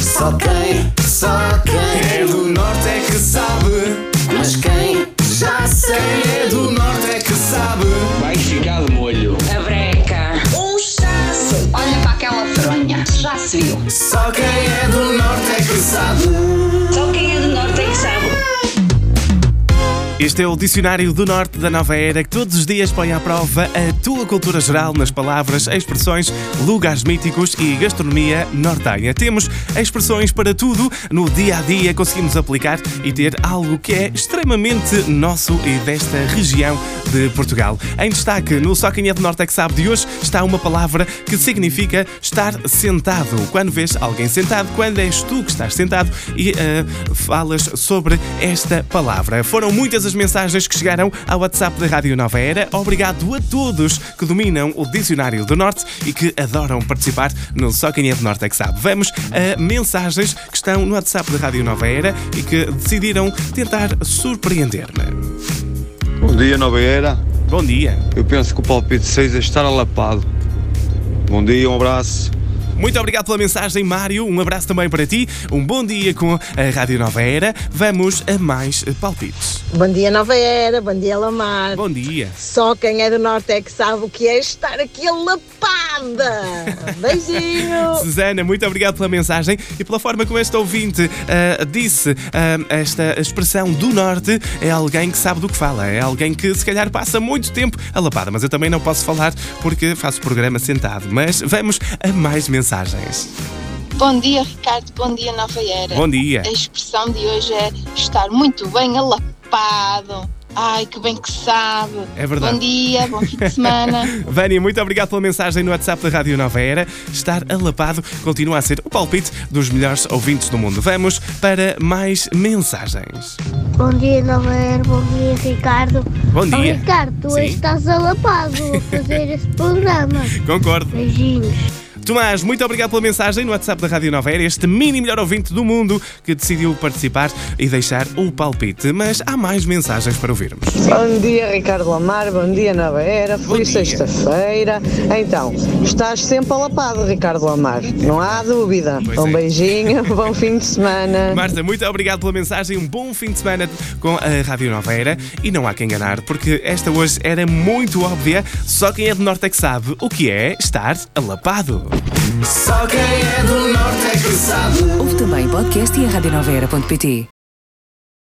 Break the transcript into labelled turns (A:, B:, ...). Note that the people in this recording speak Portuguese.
A: Só quem, só quem é do norte é que sabe. Mas quem já sei quem é do norte é que sabe.
B: Vai ficar de molho.
C: A breca. Um chasso. Olha para aquela fronha. Já se viu.
A: Só quem é do norte é que sabe.
C: Só quem é do norte é que sabe.
D: Este é o Dicionário do Norte da Nova Era que todos os dias põe à prova a tua cultura geral nas palavras, expressões, lugares míticos e gastronomia nortenha. Temos expressões para tudo, no dia a dia conseguimos aplicar e ter algo que é extremamente nosso e desta região de Portugal. Em destaque no Só Quem é do Norte é que sabe de hoje está uma palavra que significa estar sentado. Quando vês alguém sentado, quando és tu que estás sentado e ah, falas sobre esta palavra. Foram muitas as mensagens que chegaram ao WhatsApp da Rádio Nova Era. Obrigado a todos que dominam o Dicionário do Norte e que adoram participar no Só Quem é do Norte é que sabe. Vamos a mensagens que estão no WhatsApp da Rádio Nova Era e que decidiram tentar surpreender-me.
E: Bom dia, Nova Era.
D: Bom dia.
E: Eu penso que o palpite 6 é estar alapado. Bom dia, um abraço.
D: Muito obrigado pela mensagem, Mário. Um abraço também para ti. Um bom dia com a Rádio Nova Era. Vamos a mais eh, palpites.
F: Bom dia, Nova Era. Bom dia, Lamar.
D: Bom dia.
F: Só quem é do Norte é que sabe o que é estar aqui a lapada. Beijinho.
D: Susana, muito obrigado pela mensagem e pela forma como este ouvinte ah, disse ah, esta expressão do Norte. É alguém que sabe do que fala, é alguém que se calhar passa muito tempo a lapada, mas eu também não posso falar porque faço o programa sentado. Mas vamos a mais mensagens.
G: Bom dia, Ricardo. Bom dia, Nova Era.
D: Bom dia.
G: A expressão de hoje é estar muito bem alapado. Ai, que bem que sabe.
D: É verdade.
G: Bom dia, bom fim de semana.
D: Vânia, muito obrigado pela mensagem no WhatsApp da Rádio Nova Era. Estar alapado continua a ser o palpite dos melhores ouvintes do mundo. Vamos para mais mensagens.
H: Bom dia, Nova Era. Bom dia, Ricardo.
D: Bom
H: Ó,
D: dia.
H: Ricardo, tu
D: Sim.
H: hoje estás alapado a fazer este programa.
D: Concordo.
H: Beijinhos.
D: Tomás, muito obrigado pela mensagem no WhatsApp da Rádio Nova Era, este mini melhor ouvinte do mundo que decidiu participar e deixar o palpite. Mas há mais mensagens para ouvirmos.
I: Bom dia, Ricardo Lamar. Bom dia, Nova Era. Feliz
D: dia.
I: sexta-feira. Então, estás sempre alapado, Ricardo Lamar. Não há dúvida.
D: Pois
I: um
D: é.
I: beijinho, bom fim de semana.
D: Marta, muito obrigado pela mensagem. Um bom fim de semana com a Rádio Nova Era. E não há quem enganar, porque esta hoje era muito óbvia. Só quem é do Norte é que sabe o que é estar alapado.
A: Só quem é do norte é que sabe.
J: Ouve também podcast e a radionovera.pt.